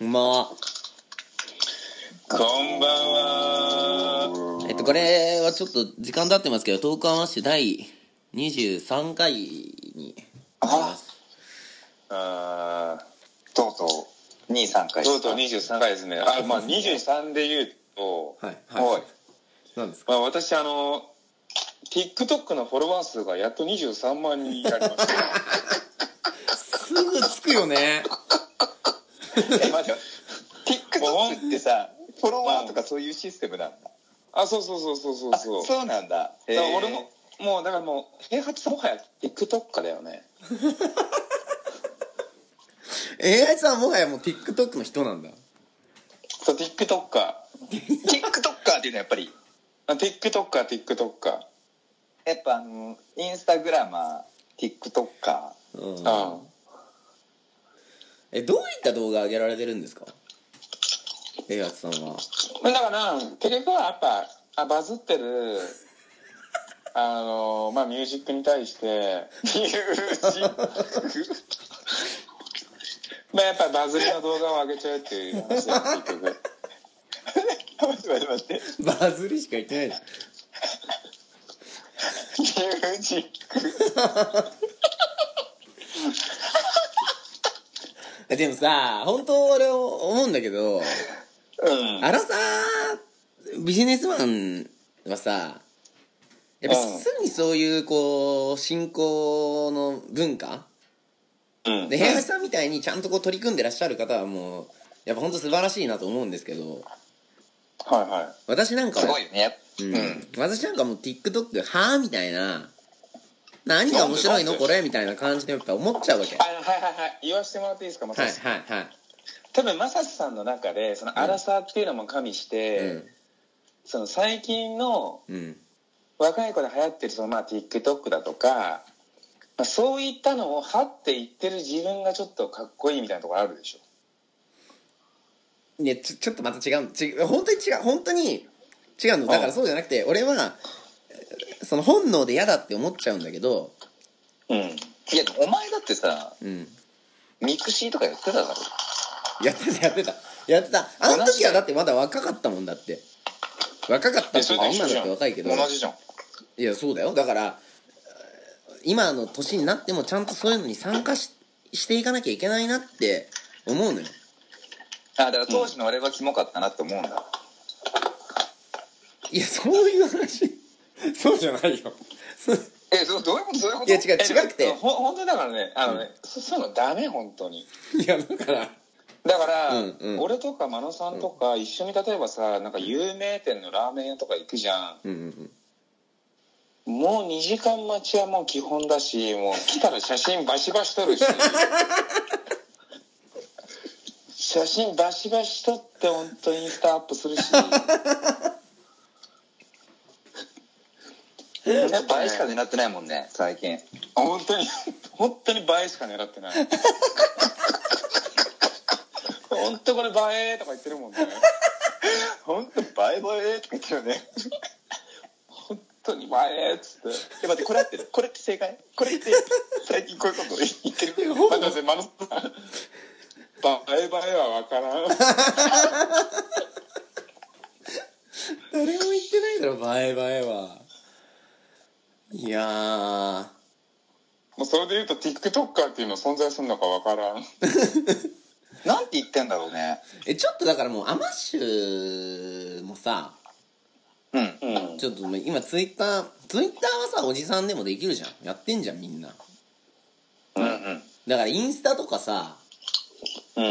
こんばんは。こんばんは。えっと、これはちょっと時間経ってますけど、トークアンワッシュ第23回になります。あとうとう2、3ー回。とうとう23回ですね。あ、まあ23で言うと、はいはいはい。何ですかまあ私、あの、TikTok のフォロワー数がやっと23万人になりま した。すぐつくよね。え、待ってよ。TikTok ってさ、フォロワーとかそういうシステムなんだ。あ、そうそうそうそうそうあ、そう。そうなんだ。だからへ俺ーも、もうだからもう、平八さんもはや TikTok 家だよね。 AI さんもはやもう TikTok の人なんだ。そう、TikTok 家。 TikToker っていうのはやっぱり、あ TikTok 家、TikTok 家。やっぱあの、インスタグラマー、TikToker。うん。うん。え、どういった動画上げられてるんですか ?AI さんは。だから結局はやっぱあバズってるあのまあミュージックに対してミュージックまあやっぱバズりの動画を上げちゃうっていう話だよ結局待って待って待って。バズりしか言ってない。ミュージックえでもさ、本当俺思うんだけど、うんあらさビジネスマンはさやっぱうんすぐにそういうこう信仰の文化うんで平橋さんみたいにちゃんとこう取り組んでらっしゃる方はもうやっぱ本当素晴らしいなと思うんですけどはいは私なんかすはごいよね。うん私なんかもう TikTok はあみたいな何が面白いのなんでこれみたいな感じでやっぱ思っちゃうわけあははいはいはい言わせてもらっていいですかまいさはいしはい多分まさしさんの中でそのアラサーっていうのも加味して、その最近のうんうん若い子で流行ってるそのまあ TikTok だとか、まあ、そういったのをはっていってる自分がちょっとかっこいいみたいなところあるでしょねちょちょっとまた違うち本当に違う本当に違うのだからそうじゃなくて俺はえーその本能で嫌だって思っちゃうんだけどうんいや、でもお前だってさ、うんミクシーとかやってただろ。やってたやってたやってたあの時はだってまだ若かったもんだって若かったっていうか今だって若いけど同じじゃんいやそうだよだからえー今の年になってもちゃんとそういうのに参加ししていかなきゃいけないなって思うのよあ、だから当時の俺はキモかったなって思うんだ。いやそういう話そうじゃないよえ、どどういうことどういうこいとや違う違くてほ本当だからねあのね、そそういうのダメ本当にいやだからだから、うんうん俺とか真野さんとか一緒に例えばさなんか有名店のラーメン屋とか行くじゃうんうんうんんもう2時間待ちはもう基本だしもう来たら写真バシバシ撮るし写真バシバシ撮って本当インスタアップするしやっぱ倍しか狙ってないもんね、最近。本当に本当に倍しか狙ってない本当これ映えとか言ってるもんねほんと、倍倍とか言ってるよね。本当に映えっつってえ、待って、これ合ってるこれって正解これって、最近こういうこと言ってるまだせマノさん映え映えは分からん誰も言ってないだろバイバイはいやーもうそれで言うと TikToker っていうの存在するのか分からんなんて言ってんだろうね。えちょっとだからもうアマッシュもさうん。うんちょっともう今ツイッターツイッターはさおじさんでもできるじゃんやってんじゃんみんなうんうん。だからインスタとかさうん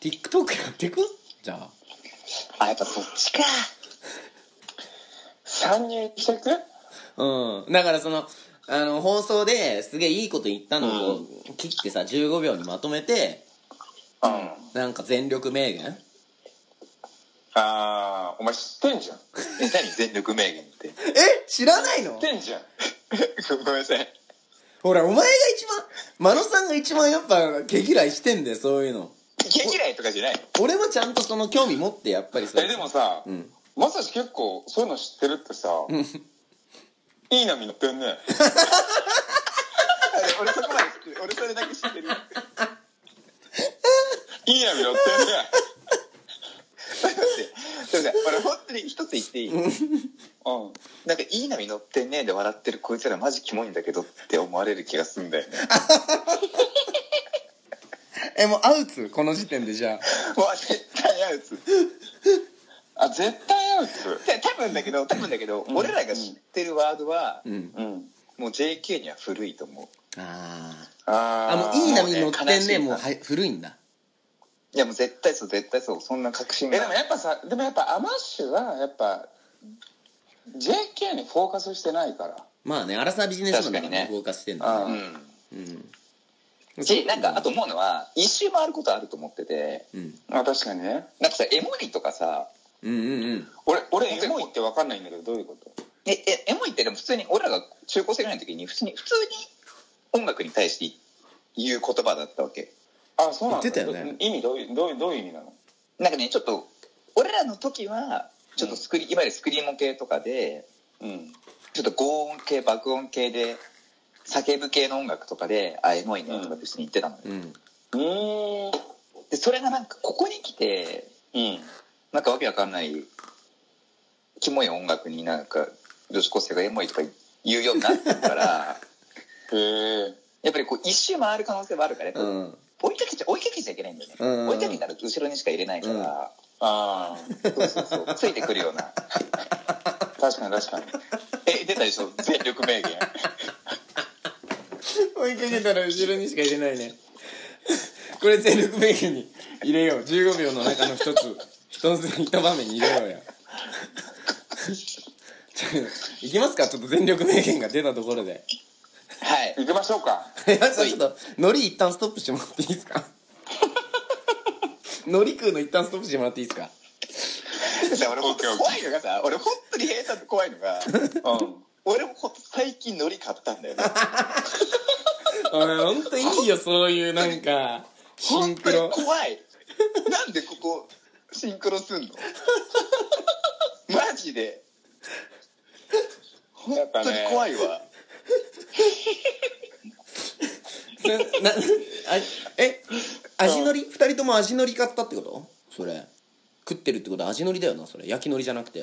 TikTok やってくじゃああ、やっぱそっちか。参入してくうんだからそのあの放送ですげえいいこと言ったのをこう切ってさ15秒にまとめてうんあなんか全力名言あーお前知ってんじゃん知え、何全力名言って。え知らないのってんじゃんごめんなさい。ほらお前が一番真野さんが一番やっぱ毛嫌いしてんだよそういうの毛嫌いとかじゃない俺もちゃんとその興味持ってやっぱりそうえでもさ、うんまさし結構そういうの知ってるってさいい波乗ってんね俺そこまで知ってる。俺それだけ知ってる。いい波乗ってんねすいません俺本当に一つ言っていいうんなんかいい波乗ってんねで笑ってるこいつらマジキモいんだけどって思われる気がすんだよねえもうアウツこの時点でじゃもう絶対アウトあ絶対アウトで多分だけど多分だけど、俺らが知ってるワードは、あうんうんもう JK には古いと思うああああもーういい波乗ってんねももうね悲しいなうは古いんだいやもう絶対そう絶対そうそんな確信えでがもやっぱさでもやっぱアマッシュはやっぱ JK にフォーカスしてないからまあね荒沢ビジネスマンだから確かにねねフォーカスしてんだうねんうんしなんかあと思うのは一周回ることあると思っててうんあ確かにねなんかさエモいとかさうんうんうん俺俺エモいって分かんないんだけどどういうことええエモいってでも普通に俺らが中高生ぐらいの時に普通に普通に音楽に対して言う言葉だったわけあそうなんだ言ってたよねど意味どういうどういうどういう意味なのなんかねちょっと俺らの時はちょっとスクリ、いわゆるスクリーモ系とかでうんちょっと強音系爆音系で叫ぶ系の音楽とかで「あエモいね」とかって普通に言ってたのよ、うんうーんでそれがなんかここに来てうんなんかわけわかんないキモい音楽になんか女子高生がエモいとか言うようになってるから へえやっぱりこう一周回る可能性はあるから、うん追いかけちゃ追いかけちゃいけないんだよね、うん追いかけたら後ろにしか入れないから、ああそうそうそうついてくるような 確かに確かにえ出たでしょ全力名言追いかけたら後ろにしか入れないねこれ全力名言に入れよう15秒の中の一つ一つ一場面に入れようやちょいきますかちょっと全力名言が出たところではい行きましょうかちょっとノリ一旦ストップしてもらっていいですか ノリ食うの一旦ストップしてもらっていいですかさ俺本当怖いのがさ俺本当に平坦で怖いのが、うん、俺も本当最近海苔買ったんだよねおいほんといいよそういうなんかシン本ク当にロ怖いなんでここシンクロすんの マジで本やっぱ当にね怖いわ、それなあえ味のり二人とも味のり買ったってことそれ食ってるってことは味のりだよなそれ焼きのりじゃなくて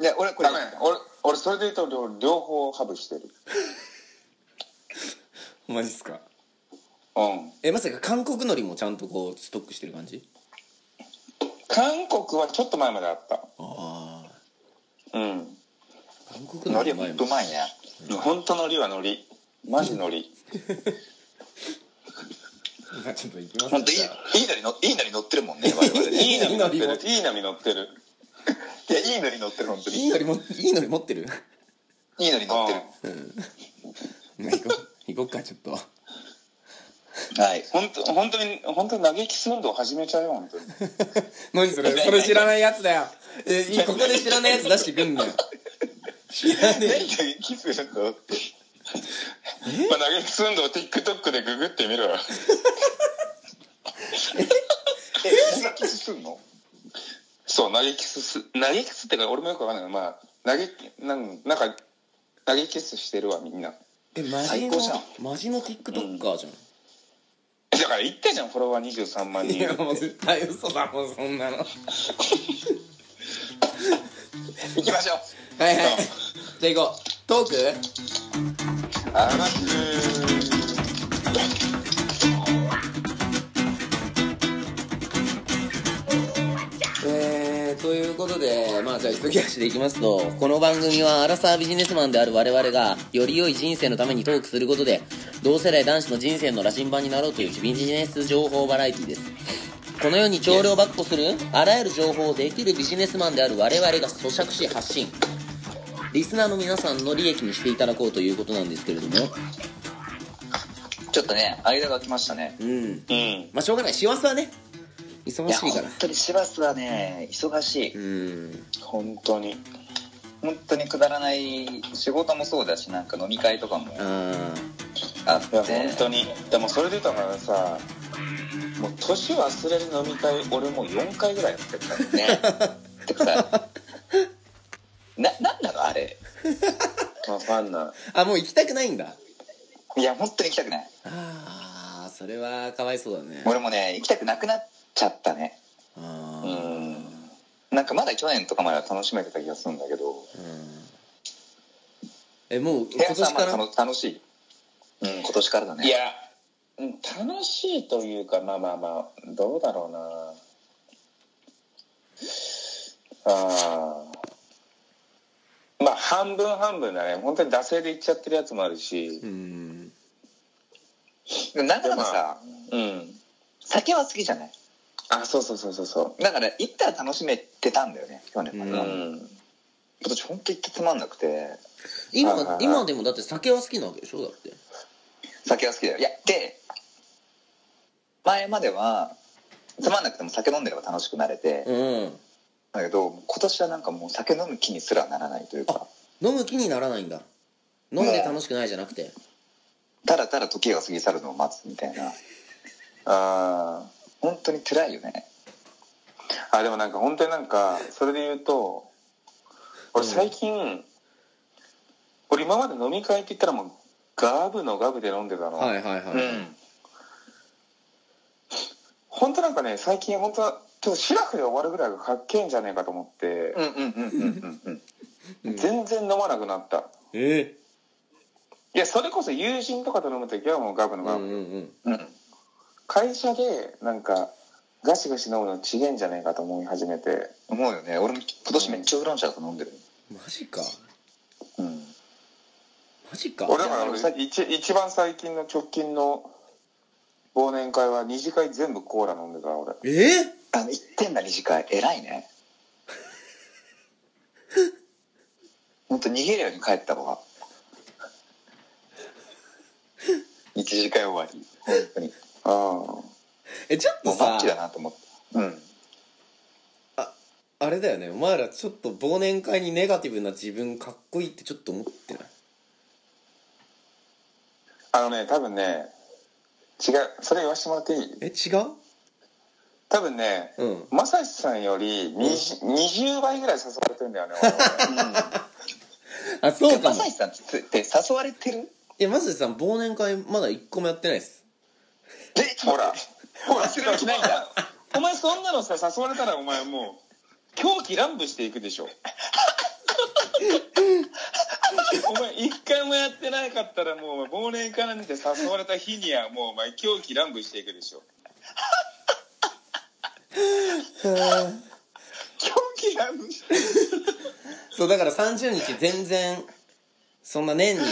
いや俺これダメ俺俺それで言うと俺両方ハブしてるマジっすかうんえまさか韓国のりもちゃんとこうストックしてる感じ韓国はちょっと前まであったああうん韓国の海り苔うまはいもうんまいね本当のりはのりマジのりちょっといきます本当いいいいのにのいいのに乗ってるもんね我々ねいい波乗っていいる波いい波乗ってるいやいいのに乗ってる本当にいいのりもいいのり持ってるいいのに乗ってるうん行こう 行こっかちょっとはい本当本当に本当に嘆き寸胴始めちゃうよ本当に何それ それ知らないやつだよえいいここで知らないやつ出してくんなよ 知らねえ何でキスするのまあ、嘆き寸胴 TikTok でググってみろよえキスすんのそう嘆きすす嘆きすってか俺もよくわかんないけどまあ嘆きなんなんか嘆きすしてるわみんなえマジ最の高じゃんマジの TikToker じゃんだから言ったじゃんフォロワー23万い人やもう絶対嘘だもんそんなのはい行きましょうはいじゃあ行こうトークあまくえー、ということでまあじゃあ急ぎ足でいきますとこの番組はアラサービジネスマンである我々がより良い人生のためにトークすることで同世代男子の人生の羅針盤になろうというビジネス情報バラエティですこの世に調量ばっこするあらゆる情報をできるビジネスマンである我々が咀嚼し発信リスナーの皆さんの利益にしていただこうということなんですけれどもちょっとね間が空きましたねうんうんまあしょうがない師走はね忙いやしい本から当に師走はね忙しいうん本当に本当にくだらない仕事もそうだしなんか飲み会とかもああいや本って当にでもそれで言ったらさもう年忘れる飲み会俺もう4回ぐらいやってるから ねてかさ ななんなのあれ分かんなーあもう行きたくないんだいや本当に行きたくないああそそれはかわいそうだね俺もね行きたくなくなっちゃったねあーうんなんかまだ去年とかまだ楽しめてた気がするんだけどうんえもう今平野さ年んまかだら楽楽しいうん今年からだねいや、うん楽しいというか、まあまあまあ、どうだろうな。あーまあ、半分半分だね。本当に惰性で行っちゃってるやつもあるしう。ん長野もさうん。酒は好きじゃないあ、そうそうそうそうそだから行ったら楽しめてたんだよね去年までう。うは、今ん。年本当行ってつまんなくてはいはい今はい今でもだって酒は好きなわけでしょだって酒は好きだよいやで前まではつまんなくても酒飲んでれば楽しくなれて、うんだけど今年はなんかもう酒飲む気にすらならないというか飲む気にならないんだ飲んで楽しくないじゃなくてただただ時が過ぎ去るのを待つみたいなあ本当に辛いよねーあ、でもなんか本当になんか、それで言うと、俺最近、俺今まで飲み会って言ったらもう、ガブのガブで飲んでたの。はいはいはい、本当なんかね最近本当はちょっとシラフで終わるぐらいがかっけえんじゃねえかと思って、うんうんうんうんうんうんうん全然飲まなくなったえいやそれこそ友人とかと飲む時はもうガブのー、ガうブ、んうんうんうん会社でなんかガシガシ飲むのちげえんじゃねえかと思い始めて思うよね俺も今年めっちゃウーロン茶と飲んでるマジかうんマジか俺いやは俺さ一一番最近の直近の忘年会は二次会全部コーラ飲んでた俺えー、あの行ってんだ二次会偉いね本当逃げるように帰ったわ一次会終わり本当にあえちょっともうマさッチだなと思ったうんあれだよねお前らちょっと忘年会にネガティブな自分かっこいいってちょっと思ってないああのね多分ね違うそれ言わせてもらっていいえ違う多分ねうんまさしさんより 20, 20倍ぐらい誘われてんだよね俺はあそうかまもさしさんって誘われてるいやまずさん忘年会まだ一個もやってないっすえちょっと待ほ らって忘れる気ないんだお前そんなのさ誘われたらお前もう狂気乱舞していくでし ょお前一回もやってなかったらもう忘年会なんて誘われた日にはもうお前狂気乱舞していくで しょ狂気乱舞してそうだから30日全然そんな年に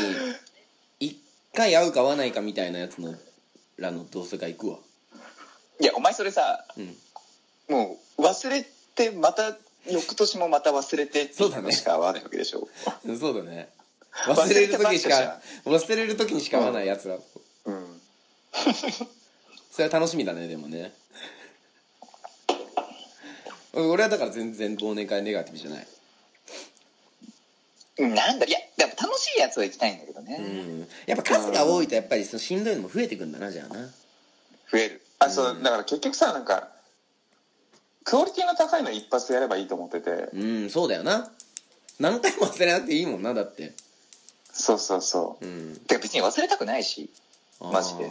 1回会うか会わないかみたいなやつのらの同窓会行くわいやお前それさうんもう忘れてまた翌年もまた忘れてっていそうだねのしか合わないわけでしょそうだね忘れる時し忘れてばか忘れる時にしか会わないやつら、うんそれは楽しみだねでもね俺はだから全然忘年会ネガティブじゃないうんなんだいやでも楽しいやつは行きたいんだけどね、うんやっぱ数が多いとやっぱりそのしんどいのも増えてくんだなじゃあな増えるあそうだから結局さなんかクオリティの高いの一発でやればいいと思っててうんそうだよな何回も忘れなくていいもんなだってそうそうそううんてか別に忘れたくないしマジで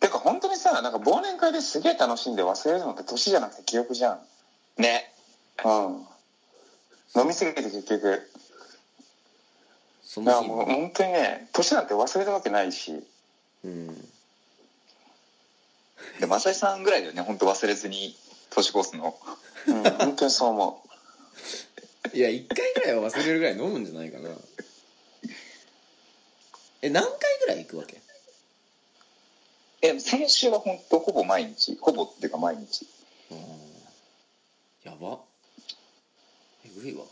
てか本当にさなんか忘年会ですげえ楽しんで忘れるのって年じゃなくて記憶じゃんねうん飲みすぎて結局そだのか日らもうも本当にね年なんて忘れるわけないしうんで正井さんぐらいだよね本当忘れずに年越すのうん本当にそう思ういや1回ぐらいは忘れるぐらい飲むんじゃないかなえ何回ぐらい行くわけえ先週は本当ほぼ毎日ほぼっていうか毎日やばえぐいわ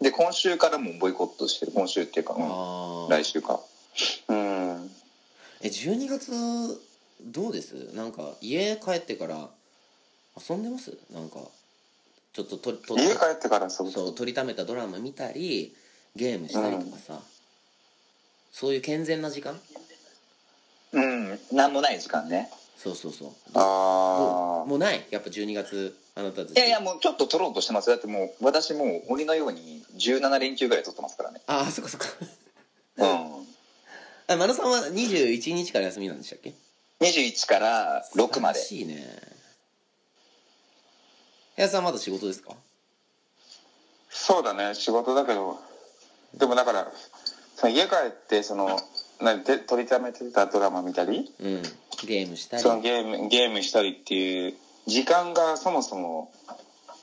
で今週からもうボイコットしてる今週っていうか、うんああ来週かうんえ12月どうですなんか家帰ってから遊んでますなんかちょっととと家帰ってからそうそう取りためたドラマ見たりゲームしたりとかさ、そういう健全な時間うん何もない時間ねそうそうそうどどあうもうないやっぱ12月あなたたちいやいやもうちょっと取ろうとしてますだってもう私もう鬼のように17連休ぐらい取ってますからねああそっかそっかうんあ真野さんは21日から休みなんでしたっけ21から6までらしいね林さんまだ仕事ですかそうだね仕事だけどでもだからその家帰ってその何て取りためてたドラマ見たりうんゲームしたりそのゲームゲームしたりっていう時間がそもそも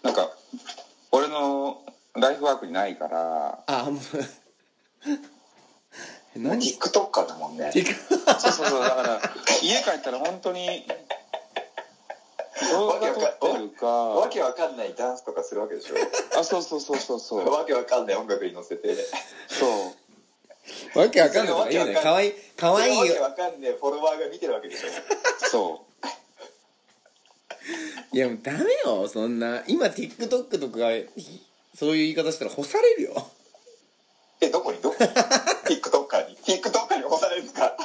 なんか俺のライフワークにないからあもう 何 TikToker だもんねてかそうそうそうだ から家帰ったら本当に動画撮ってる わかけわかんないダンスとかするわけでしあそうそうそうそうそょうわけわかんない音楽に乗せてそうわけわかんないとか言うねわけかわいかわいいわよけわかんないフォロワーが見てるわけでしょそいやもうダメよそんな今 TikTok とかひそういう言い方したら干されるよえどこにどこ TikToker に TikToker に干されるんですか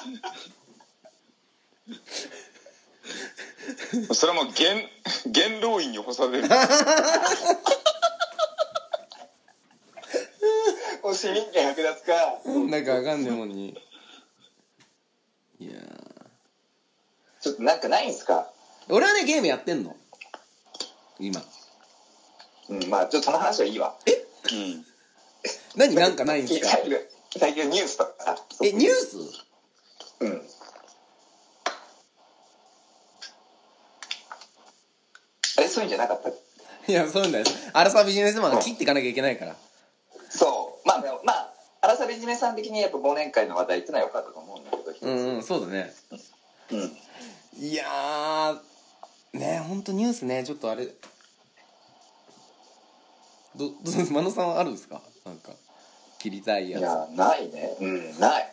うそれはもう元元老院に干されるもう市民権剥奪かなんかわかんないもんにいやーちょっとなんかないんすか俺はねゲームやってんの今うんまあちょっとその話はいいわうん何なんかないんですか最近最近ニュースとかえニュースうんあれそういうんじゃなかった いやそうなんだよアラサービジネスマンが切っていかなきゃいけないからそうまあでもまあ荒さじめさん的にやっぱ忘年会の話題ってのは良かったと思うんだけどうんうんそうだねうんいやーねほんとニュースねちょっとあれどどう真野さんはあるんですかなんか切りたいやいつやないねうんない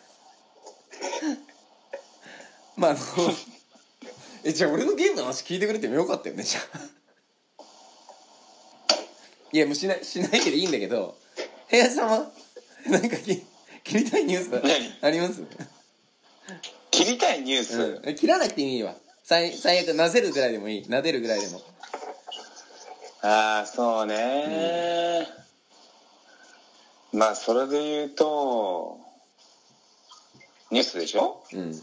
まああの えじゃあ俺のゲームの話聞いてくれてもよかったよねじゃあ いやもうしないしないけどいいんだけど部屋さんは なんかき切りたいニュース何あります、切りたいニュース、うんえ、切らなくていいわ最最悪なせるぐらいでもいいなでるぐらいでもああそうね、まあそれで言うとニュースでしょうん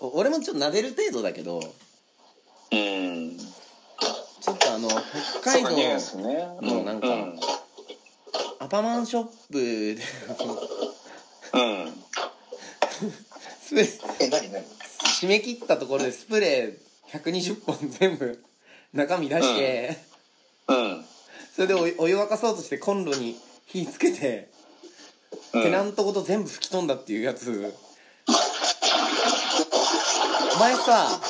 お俺もちょっとなでる程度だけどうんちょっとあの北海そうかニュー道スねもうなんかうんアパマンショップで うん、スプレーえ何何締め切ったところでスプレー120本全部中身出して、うんそれでおお湯沸かそうとしてコンロに火つけて、うんテナントごと全部吹き飛んだっていうやつお前さ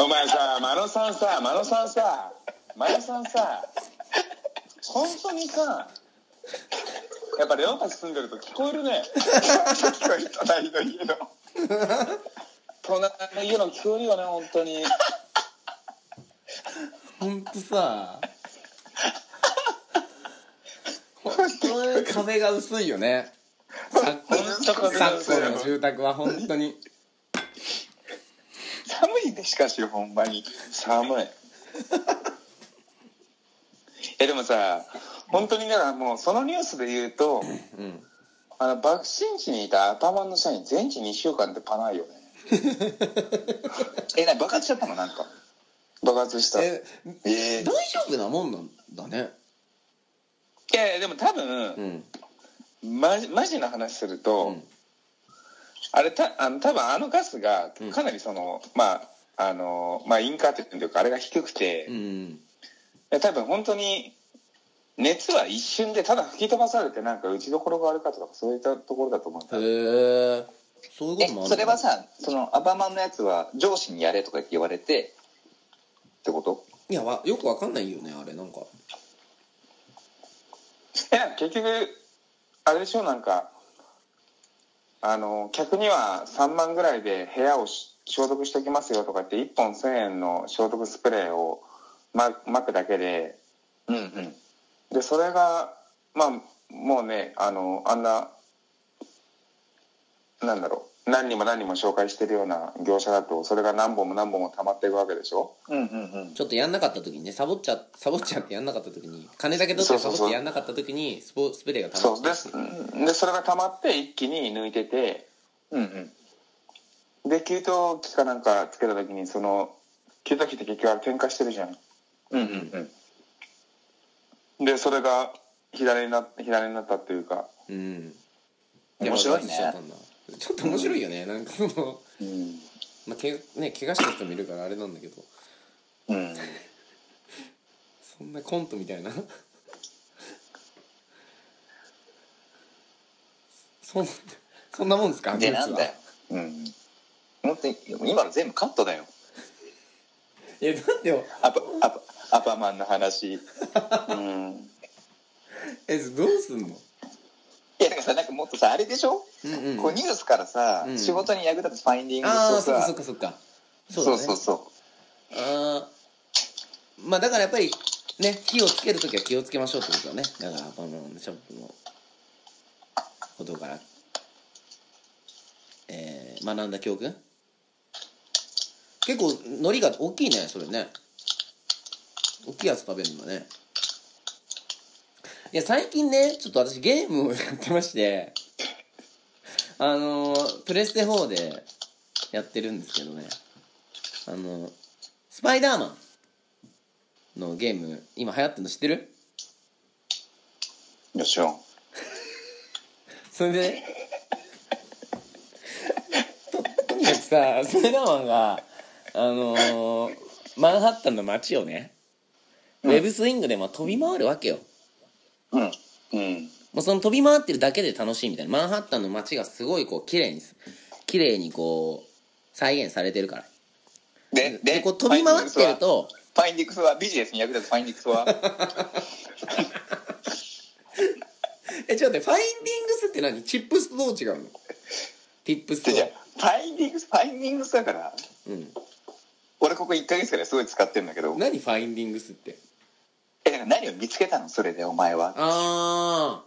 お前さマロさんさマロさんさマロさんさ本当にさやっぱレオパス住んでると聞こえる ね聞こえる隣の家の隣の家の聞こえるよね本当にほんと さ本当に壁が薄いよね昨今本当壁が薄い昨今の住宅は本当に寒いでしかしほんまに寒い えでもさ本当にだからもうそのニュースで言うとうんあの爆心地にいたアパマンの社員全治2週間ってパないよね えな爆発しちゃったのなんか爆発したえええ大丈夫なもんなんだねいやいやでも多分、んマジマジな話するうと、んあれたあの多分あのガスがうんかなりその、まああのまあインカーテンというかあれが低くて、うんいや多分本当に熱は一瞬でただ吹き飛ばされてなんか打ちどころが悪かったとかそういったところだと思うんへえだそういうこえともあるそれはさそのアバマンのやつは上司にやれとか言われてってこといやわよくわかんないよねあれなんかえなんか結局あれでしょなんかあの客には3万ぐらいで部屋をし消毒しておきますよとかって1本1,000円の消毒スプレーをままくだけでうんうんでそれがまあもうねあのあんななんだろう何人も何人も紹介してるような業者だとそれが何本も何本も溜まっていくわけでしょうんうんうんちょっとやんなかった時にねサボっちゃサボっちゃってやんなかった時に金だけ取ってサボってやんなかった時にスポスプレーが溜まそっうてですでそれが溜まって一気に抜いててうんうんで給湯器かなんかつけた時にその給湯器って結局あれ点火してるじゃんうんうんうんでそれが左にな左になったっていうかうん面白いねやば爆発しちゃったんだちょっと面白いよねなんかその、うんまあ、けね怪我した人もいるからあれなんだけどうんそんなコントみたいな そんそんなもんですかでこいつなはんだようん本当に今の全部カットだよいやなんでよアパアパアパマンの話いうんえどうすんのやなんかさなんかもっとさあれでしょ、うんうんこうニュースからさ、うん仕事に役立つファインディングああとそっかさそっかそっかそうだねそうそあーまあだからやっぱりね火をつけるときは気をつけましょうってことだねだからこのショップのことから、えー、学んだ教訓結構海苔が大きいねそれね大きいやつ食べるんだねいや最近ねちょっと私ゲームをやってましてあのープレステ4でやってるんですけどねあの、スパイダーマンのゲーム、今流行ってるの知ってるうよしょそれでね、 ととにかくさ、スパイダーマンが、あのーマンハッタンの街をね、ウェブスイングでまあ飛び回るわけよ。うんうんもうその飛び回ってるだけで楽しいみたいな。マンハッタンの街がすごいこう、綺麗に、綺麗にこう、再現されてるから。でで、こう飛び回ってると、ファインディングスはビジネスに役立つファインディングスはえ、ちょっと待って、ファインディングスって何チップスとどう違うのティップスとで。じゃあファインディングスファインディングスだからうん。俺ここ1か月からいすごい使ってるんだけど何ファインディングスって。えなんか何を見つけたのそれでお前はあ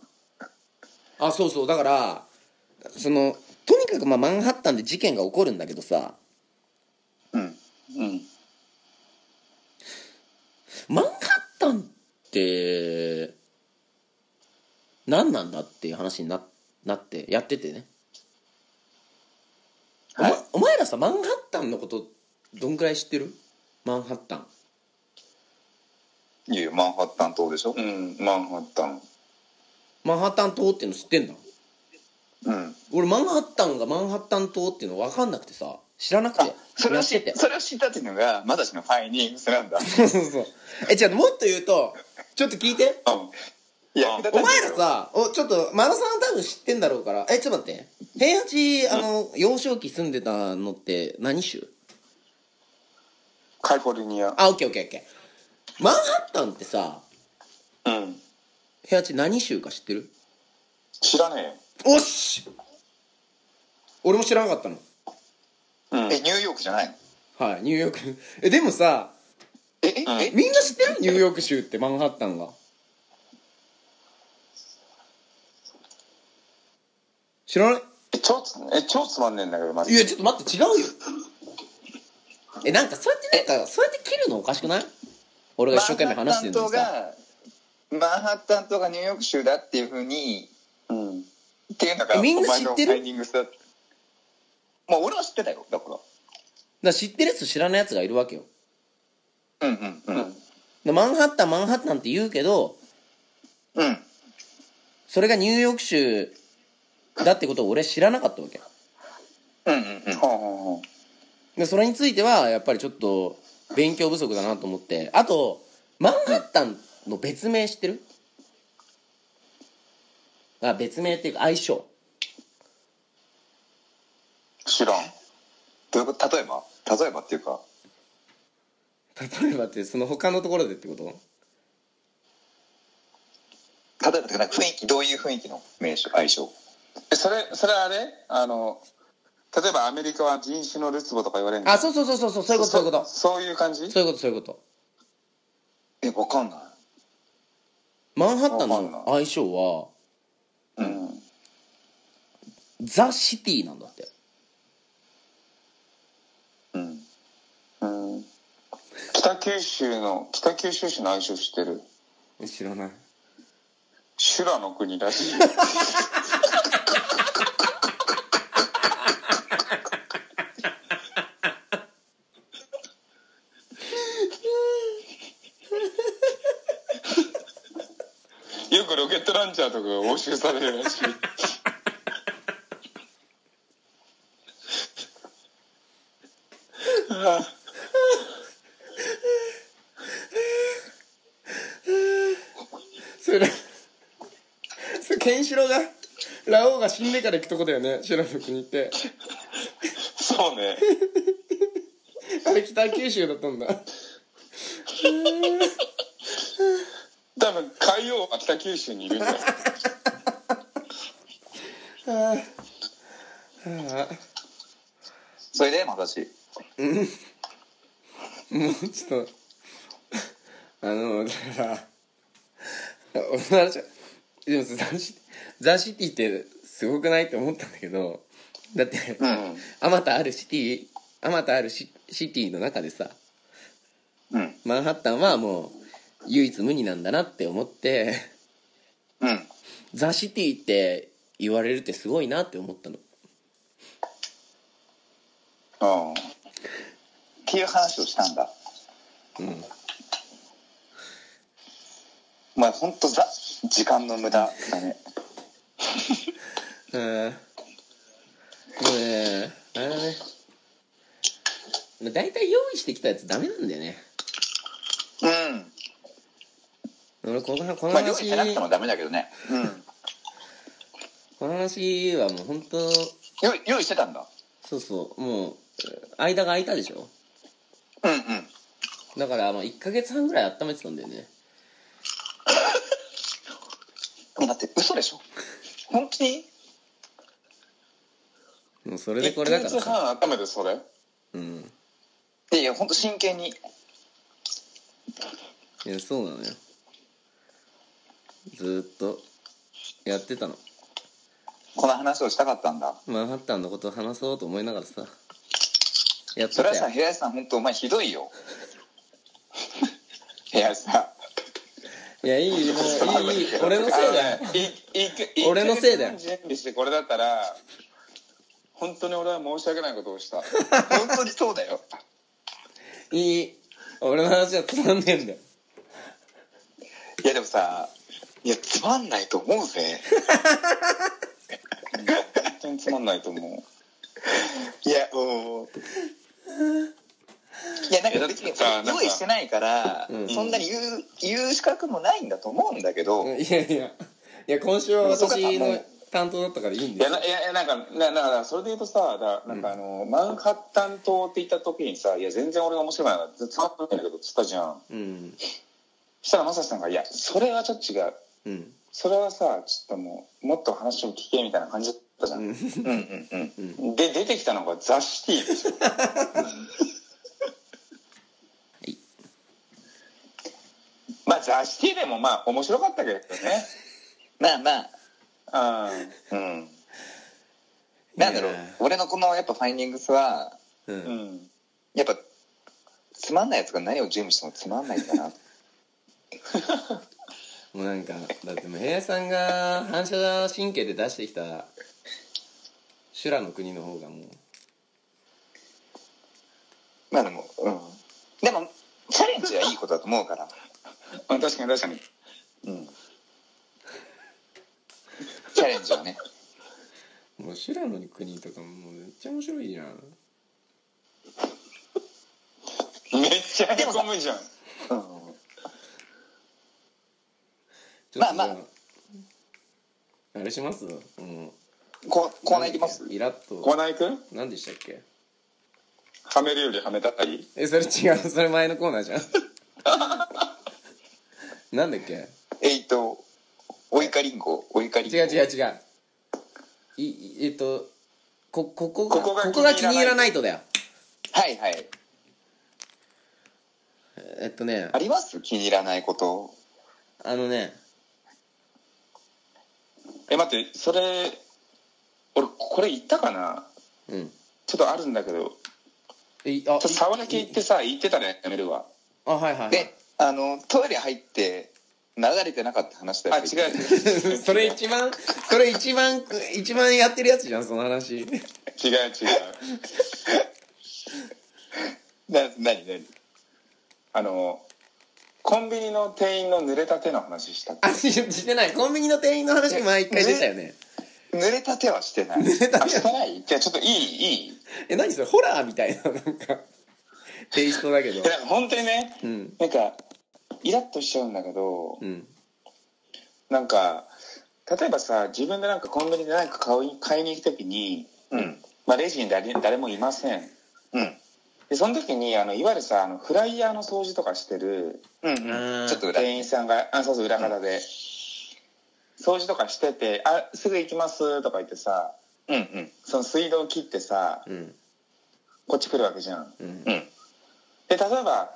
あ。あ、そうそう。だから、その、とにかくまあマンハッタンで事件が起こるんだけどさ、うんうんマンハッタンって、何なんだっていう話にななって、やっててね。お,、はいお前らさ、マンハッタンのこと、どんくらい知ってるマンハッタン。いやいやマンハッタン島でしょうんマンハッタンマンハッタン島っていうの知ってんだうん俺マンハッタンがマンハッタン島っていうの分かんなくてさ知らなくてそれを知やっってそれを知ったっていうのがまだしのファインディングスなんだそうそうそうえじゃあもっと言うとちょっと聞いていや役立おたない前らさおちょっとマラさんは多分知ってんだろうからえちょっと待って平八あの幼少期住んでたのって何州カリフォルニアあオッケーオッケーオッケーマンハッタンってさうん平八何州か知ってる知らねおっし俺も知らなかったのえよ、うんえニューヨークじゃないのはいニューヨークえでもさええうんえみんな知ってるニューヨーク州ってマンハッタンが知らないえ超つえ超つまんねえんだけどマジいでやちょっと待って違うよえなんかそうやってなんかそうやって切るのおかしくない俺が一生懸命話してるのにさマンハッタン島がマンハッタン島がニューヨーク州だっていうふうにうんっていうのがみんな知ってるお前のファインディングスだもう俺は知ってたよだかだから知ってるやつと知らないやつがいるわけよらうんうんうんでマンハッタンマンハッタンって言うけどうんそれがニューヨーク州だってことを俺知らなかったわけうんうんうんはあはでそれについてはやっぱりちょっと勉強不足だなと思ってあとマンハッタンの別名知ってるあ別名っていうか相性あ知らんどういうこと例えば例えばっていうか例えばってその他のところでってこと例えばっていうかなんか雰囲気どういう雰囲気の名称相性えそれそれあれあの例えばアメリカは人種のるつぼとか言われるあそうそうそうそうそうそういうことそういうことそういう感じそういうことそういうことえわかんないマンハッタンわかんなの相い性はうんザ・シティなんだって北九州の北九州市の愛称知ってる知らない修羅の国らしいよよくロケットランチャーとかが押収されるらしいそれそれケンシロウがラオウが死んでから行くとこだよね修羅の国ってそうねあれ北九州だったんだ多分海洋は北九州にいるんだよそれでまさしもうちょっとあのだから俺の話はでもザシザシティってすごくないって思ったんだけどだってうんあまたあるシティあまたあるシシティの中でさうんマンハッタンはもう唯一無二なんだなって思ってうんザ・シティって言われるってすごいなって思ったのうんっていう話をしたんだうんまあ本当ザ時間の無駄だねうんもうねあれだねまあ大体用意してきたやつダメなんだよねうん俺このこのまあ料理話しなくてもダメだけどねうんこの話はもう本当用意用意してたんだそうそうもう間が空いたでしょうんうんだからまあ1ヶ月半ぐらい温めてたんだよねもうだって嘘でしょ本当にもうそれで1こヶれだから月さ半温めてそれうんいやいや本当真剣にいやそうなのよずーっとやってたのこの話をしたかったんだマンハッタンのことを話そうと思いながらさやってそたれよはさ平井さん本当お前ひどいよ 平井さんいやいいもういいいい俺のせいだよあのねいいい俺のせいだよ1ヶ月半準備してこれだったら本当に俺は申し訳ないこと をした本当にそうだよいい俺の話はつまんねえんだよいやでもさいやつまんないと思うぜ本当につまんないと思いやもういやなんか別にさなんか用意してないから、うんそんなに言う言う資格もないんだと思うんだけど、いやいやいや今週は私もうの担当だったからいいんう。いでや、すよないや、いやなんか、なだから、それで言うとさ、だなんかあの、マンハッタン島って言った時にさ、いや、全然俺が面白くないから、つまんないんだけど、つったじゃん。うんそしたら、まさしさんが、いや、それはちょっと違う。うんそれはさ、ちょっともう、もっと話を聞けみたいな感じだったじゃん。うんうんうんで、出てきたのがザ・シティですよ。いまあ、ザ・シティでもまあ、面白かったけどね。まあまあう。うんなんだろういや俺のこのやっぱファインディングスはうんうんん。やっぱつまんないやつが何を準備してもつまんないん だなもうなんかだってもう平井さんが反射神経で出してきた修羅の国の方がもうまあでもうんでもチャレンジはいいことだと思うから まあ確かに確かに。うんチャレンジはねもう修羅の国とかもうめっちゃ面白いじゃんめっちゃへこむじゃん。うんちょっとまあまああれしますうんこコーナーいきますイラッコーとナー行く何でしたっけはめるよりはめたりえそれ違うそれ前のコーナーじゃん なんだっけえいとおいかりんごおいかりんご違う違う違ういいえっとこここがここがここが気に入らないとだよはいはいえっとねあります気に入らないことあのねえ、待って、それ、俺、これ言ったかなうんちょっとあるんだけど、えいあちょっと沢だけい行ってさ、行ってたらやめるわ。あはいはいであのトイレ入って流れてなかった話だあよ違う違う違う それ一番それ一番一番やってるやつじゃんその話違う違うな何何あのコンビニの店員の濡れた手の話したっけあししてないコンビニの店員の話前一回出たよね濡れた手はしてない出たあしてないじゃあちょっといいいいえ何それホラーみたいななんかテイストだけどいや本当にねうんなんかイラッとしちゃうんだけどうんなんか例えばさ自分でなんかコンビニでなんか買い買いに行く時に、うんまあ、レジに誰誰もいませんうんでその時にあのいわゆるさあのフライヤーの掃除とかしてるうんうんあーちょっと裏店員さんがあそうそう裏方で、掃除とかしてて「あすぐ行きます」とか言ってさうんうんその水道切ってさうんこっち来るわけじゃんうんうんで例えば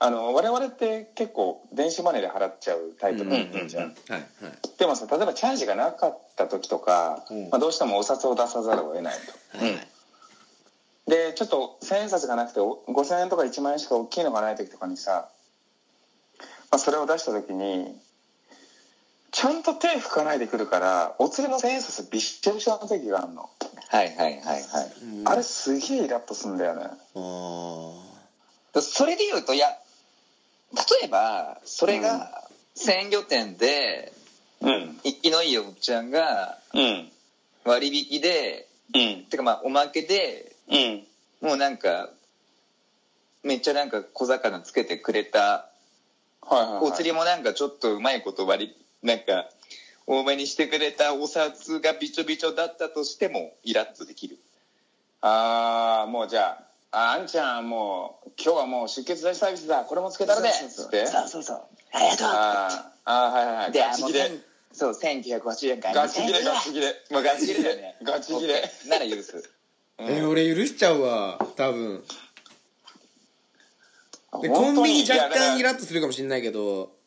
あの我々って結構電子マネーで払っちゃうタイプの人じゃん、うんうんうんはいはいでもさ例えばチャージがなかった時とか、うんまあ、どうしてもお札を出さざるを得ないとはいはいでちょっと千円札がなくてお5,000円とか1万円しか大きいのがない時とかにさ、まあ、それを出した時にちゃんと手拭かないでくるからお釣りの千円札びっしょびしょの時があるの、はいはいはいはいうんあれすげえイラッとすんだよねあーだそれで言うといや例えばそれが鮮魚店でうん生きのいいおっちゃんがうん割引でうんてかまあおまけでうんもうなんかめっちゃなんか小魚つけてくれたはいはい、はい、お釣りもなんかちょっとうまいこと割りなんか多めにしてくれたお札がびちょびちょだったとしてもイラッとできるああもうじゃあああんちゃんもう今日はもう出血大サービスだこれもつけたらでそうつそうってそうそうそうありがとうあーあーはいはいはいでガチ切れあのそう1980円からガチ切れ2000円ぐらいガチ切れまあガチ切れだよねガチ切れオッケーなら許すえ俺許しちゃうわ多分でコ本ン当ビにニ若干いイやだからラッとするかもしれないけど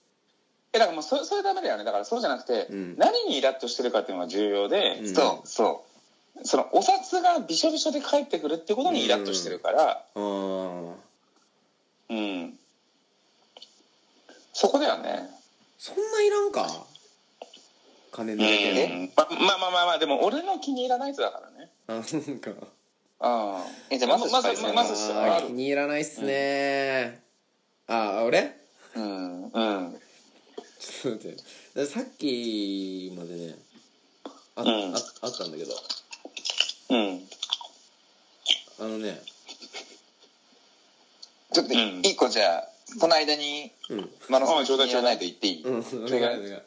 えだからもうそそれダメだよねだからそうじゃなくて、うん何にイラッとしてるかっていうのが重要で、うんそうそそのお札がびしょびしょで返ってくるってことにイラッとしてるからあーうん、そこだよねそんないらんか金のだうけんままあまあまあまあでも俺の気に入らない人だからねあなんかあえじゃあままずずまず失敗するまあず失敗あーる気に入らないっすねあー俺うんうんちょっと待ってでさっきまでねあ,、うんああったんだけどうんあのねうちょっとうん一個じゃあその間にうんマノさうんんちょうだい気に入らないと言っていいうんお願いお願い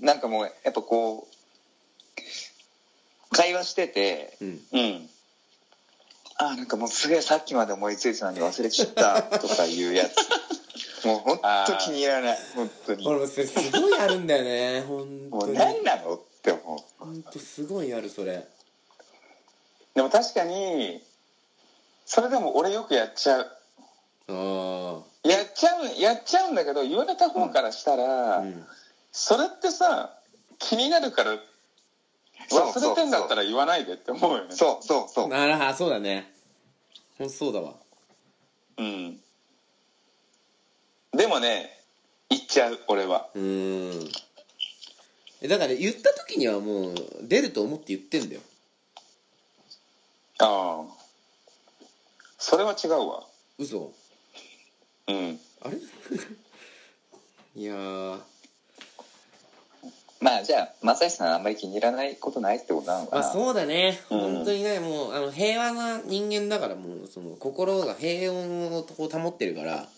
なんかもうやっぱこう会話しててうんうんあーなんかもうすげえさっきまで思いついてたのに忘れちゃったとかいうやつもう本当気に入らない本当に俺もそれすごいあるんだよね本も当うに何なのって思う本当すごいあるそれでも確かにそれでも俺よくやっちゃうああやっちゃうやっちゃうんだけど言われた方からしたら、うんそれってさ気になるからそう忘れてんだったら言わないでって思うよねそうそうそうなるほどそうだねほんとそうだわうんでもね言っちゃう俺はうーんえだから言った時にはもう出ると思って言ってんだよああそれは違うわ嘘うんあれ いやーまあじゃあ正義さんあんまり気に入らないことないってことなのかまあな、そうだね、うん本当にねもうあの平和な人間だからもうその心が平穏をこう保ってるから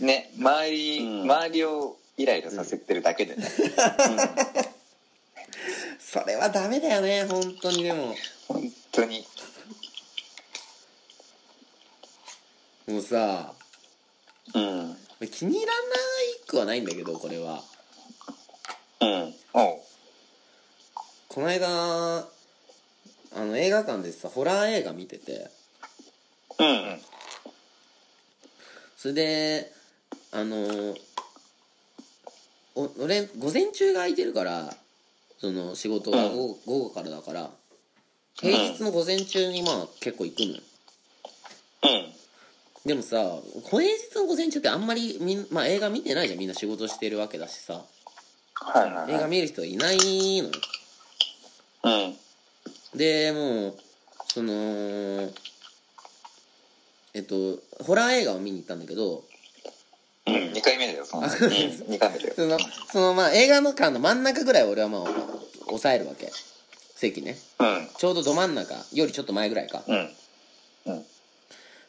ね周り、うん周りをイライラさせてるだけでね、それはダメだよね本当にでも本当にもうさうん気に入らないくはないんだけどこれはうんおうこの間あの映画館でさホラー映画見ててうんそれであのお俺午前中が空いてるからその仕事が午後,、午後からだから平日の午前中にまあ結構行くのようんでもさ平日の午前中ってあんまりみん、まあ、映画見てないじゃんみんな仕事してるわけだしさはいはい映画見る人いないのようんでもうそのえっとホラー映画を見に行ったんだけどうん、2回目だよ、 その2回目だよ。そのそのまあ映画の館の真ん中ぐらいを俺はまあ抑えるわけ席ねうんちょうどど真ん中よりちょっと前ぐらいかうん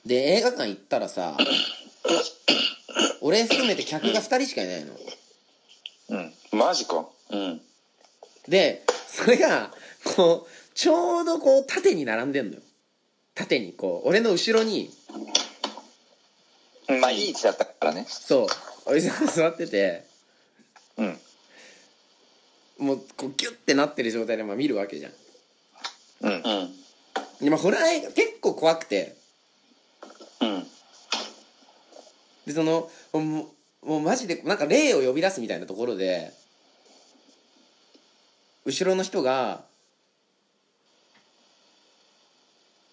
で映画館行ったらさ俺含めて客が2人しかいないのうんマジかうんでそれがこうちょうどこう縦に並んでんのよ縦にこう俺の後ろにまあ、いい位置だったからね。そうおじさんが座っててうん。もうこうギュッてなってる状態でまあ見るわけじゃんうんう。んで、まあ、ホラー映画結構怖くてうんでそのもうもうマジでなんか霊を呼び出すみたいなところで後ろの人が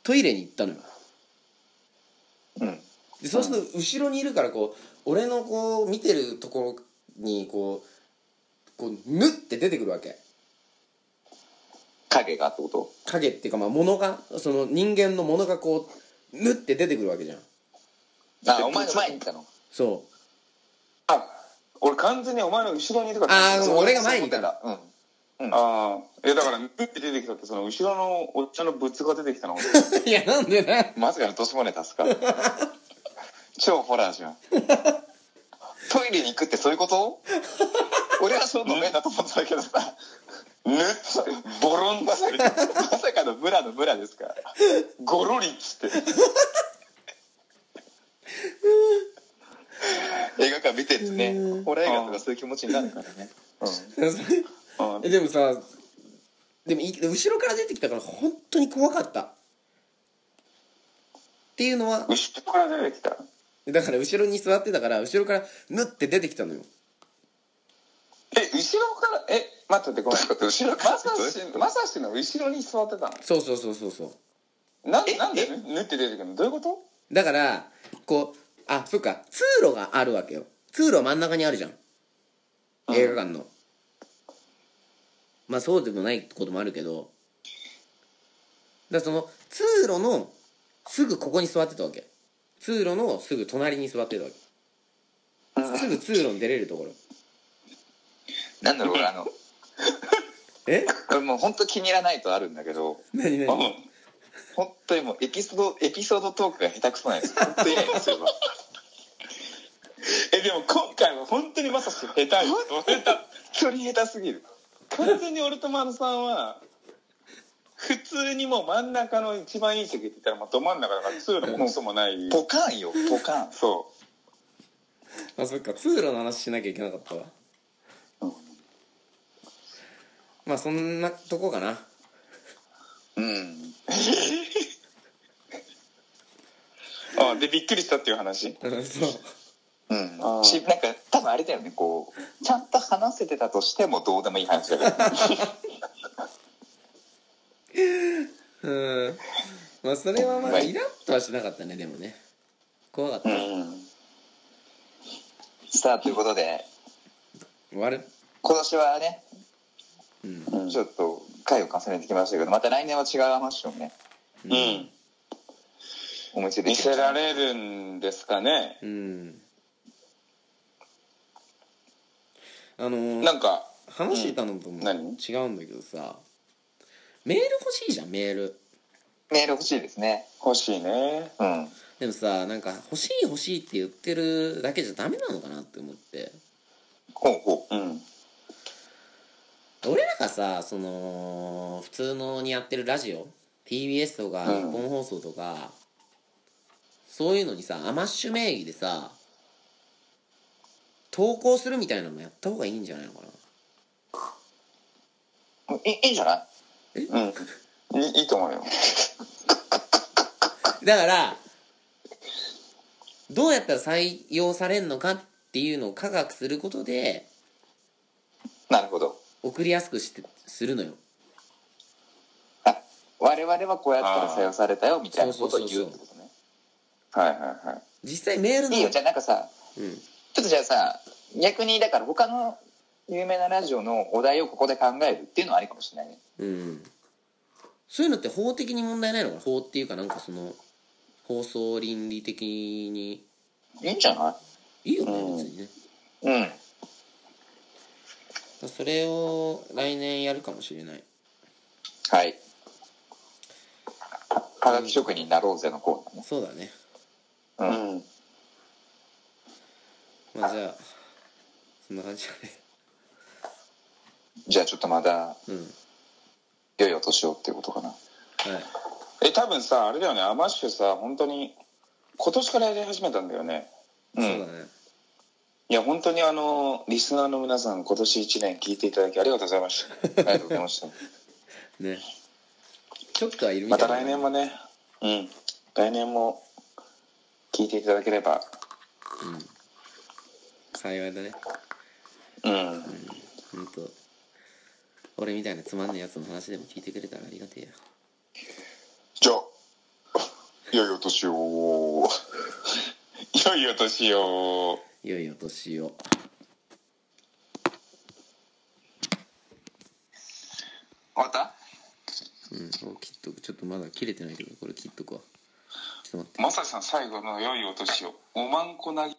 トイレに行ったのようん。でそうすると後ろにいるからこう俺のこう見てるところにこうこうぬって出てくるわけ影がってこと影っていうかまあ物がその人間の物がこうぬって出てくるわけじゃんあ、お前の前に行ったの。そうあ俺完全にお前の後ろにいるからあーでも俺が前にいたらら。うん。ああいやだから見て出てきたってその後ろのおっちゃんのブツが出てきたの いやなんでねまさかの年もね足すか。超ホラーじゃん。トイレに行くってそういうこと俺はそうごめんだと思ったけどさ。ぬっボロンまさか、まさかのブラのブラですか。ゴロリっつって映画館見てってね。ホラー映画とかそういう気持ちになるからね。うんえでもさでもい後ろから出てきたから本当に怖かったっていうのは後ろから出てきただから後ろに座ってたから後ろからぬって出てきたのよえ後ろからえ待っててごめん後ろからまさしまさしの後ろに座ってたそうそうそうそうそうのなんなんでぬって出てくるのどういうことだからこうあそっか通路があるわけよ通路真ん中にあるじゃん映画館の、まあそうでもないこともあるけどだからその通路のすぐここに座ってたわけ通路のすぐ隣に座ってたわけすぐ通路に出れるところなんだろう、俺あの、え俺もう本当気に入らないとあるんだけど、何うん何本当にもうエピソード、エピソードトークが下手くそなんです。本当にイライラするわ。えでも今回は本当にまさし下手よ俺と本当に下手すぎる。完全に俺と丸さんは普通にもう真ん中の一番いい席って言ったらもうど真ん中だから通路もクソもないポカンよ、ポカン。そあそっか通路の話しなきゃいけなかったわまあそんなとこかな うん。うあでびっくりしたっていう話うんそううんあーしなんか多分あれだよねこうちゃんと話せてたとしてもどうでもいい話だよねうんまあそれはまあイラッとはしなかったねでもね怖かった、さあということで終わる今年はね、うんちょっと回を重ねてきましたけどまた来年は違う話をねううんお見せで見きるせられるんですかねうんあのーなんか話してたのともん何違うんだけどさメール欲しいじゃんメールメール欲しいですね欲しいねうんでもさなんか欲しい欲しいって言ってるだけじゃダメなのかなって思ってほうほうん俺らがさその普通のにやってるラジオ TBS とか日うん本放送とか、そういうのにさアマッシュ名義でさ投稿するみたいなのもやった方がいいんじゃないのかなういいいんじゃないうんいいいと思うよだからどうやったら採用されんのかっていうのを科学することでなるほど送りやすくしてするのよあ我々はこうやったら採用されたよみたいなことを言うってことねはいはいはい実際メールのいいよじゃあなんかさうんちょっとじゃあさ逆にだから他の有名なラジオのお題をここで考えるっていうのはありかもしれないねうんそういうのって法的に問題ないのか法っていうかなんかその放送倫理的にいいんじゃないいいよねうん別にねだかうんらそれを来年やるかもしれないはい科学職人になろうぜのコーそうだねナーねうんまあじゃあそんな感じだねじゃあちょっとまだうん良いお年をっていうことかなはいえ多分さあれだよねアマッシュさ本当に今年からやり始めたんだよねうんそうだねいや本当にあのリスナーの皆さん今年1年聞いていただきありがとうございまし たありがとうございましたねちょっとはいるみまたたいな来年もねうん来年も聞いていただければ幸いだねうんほんと俺みたいなつまんねえやつの話でも聞いてくれたらありがてえよじゃあ良いお年 を良いお年をいよいよ年を終わったうんお切っとくちょっとまだ切れてないけどこれ切っとくわちょっと待ってまさしさん最後の良いお年をおまんこなぎ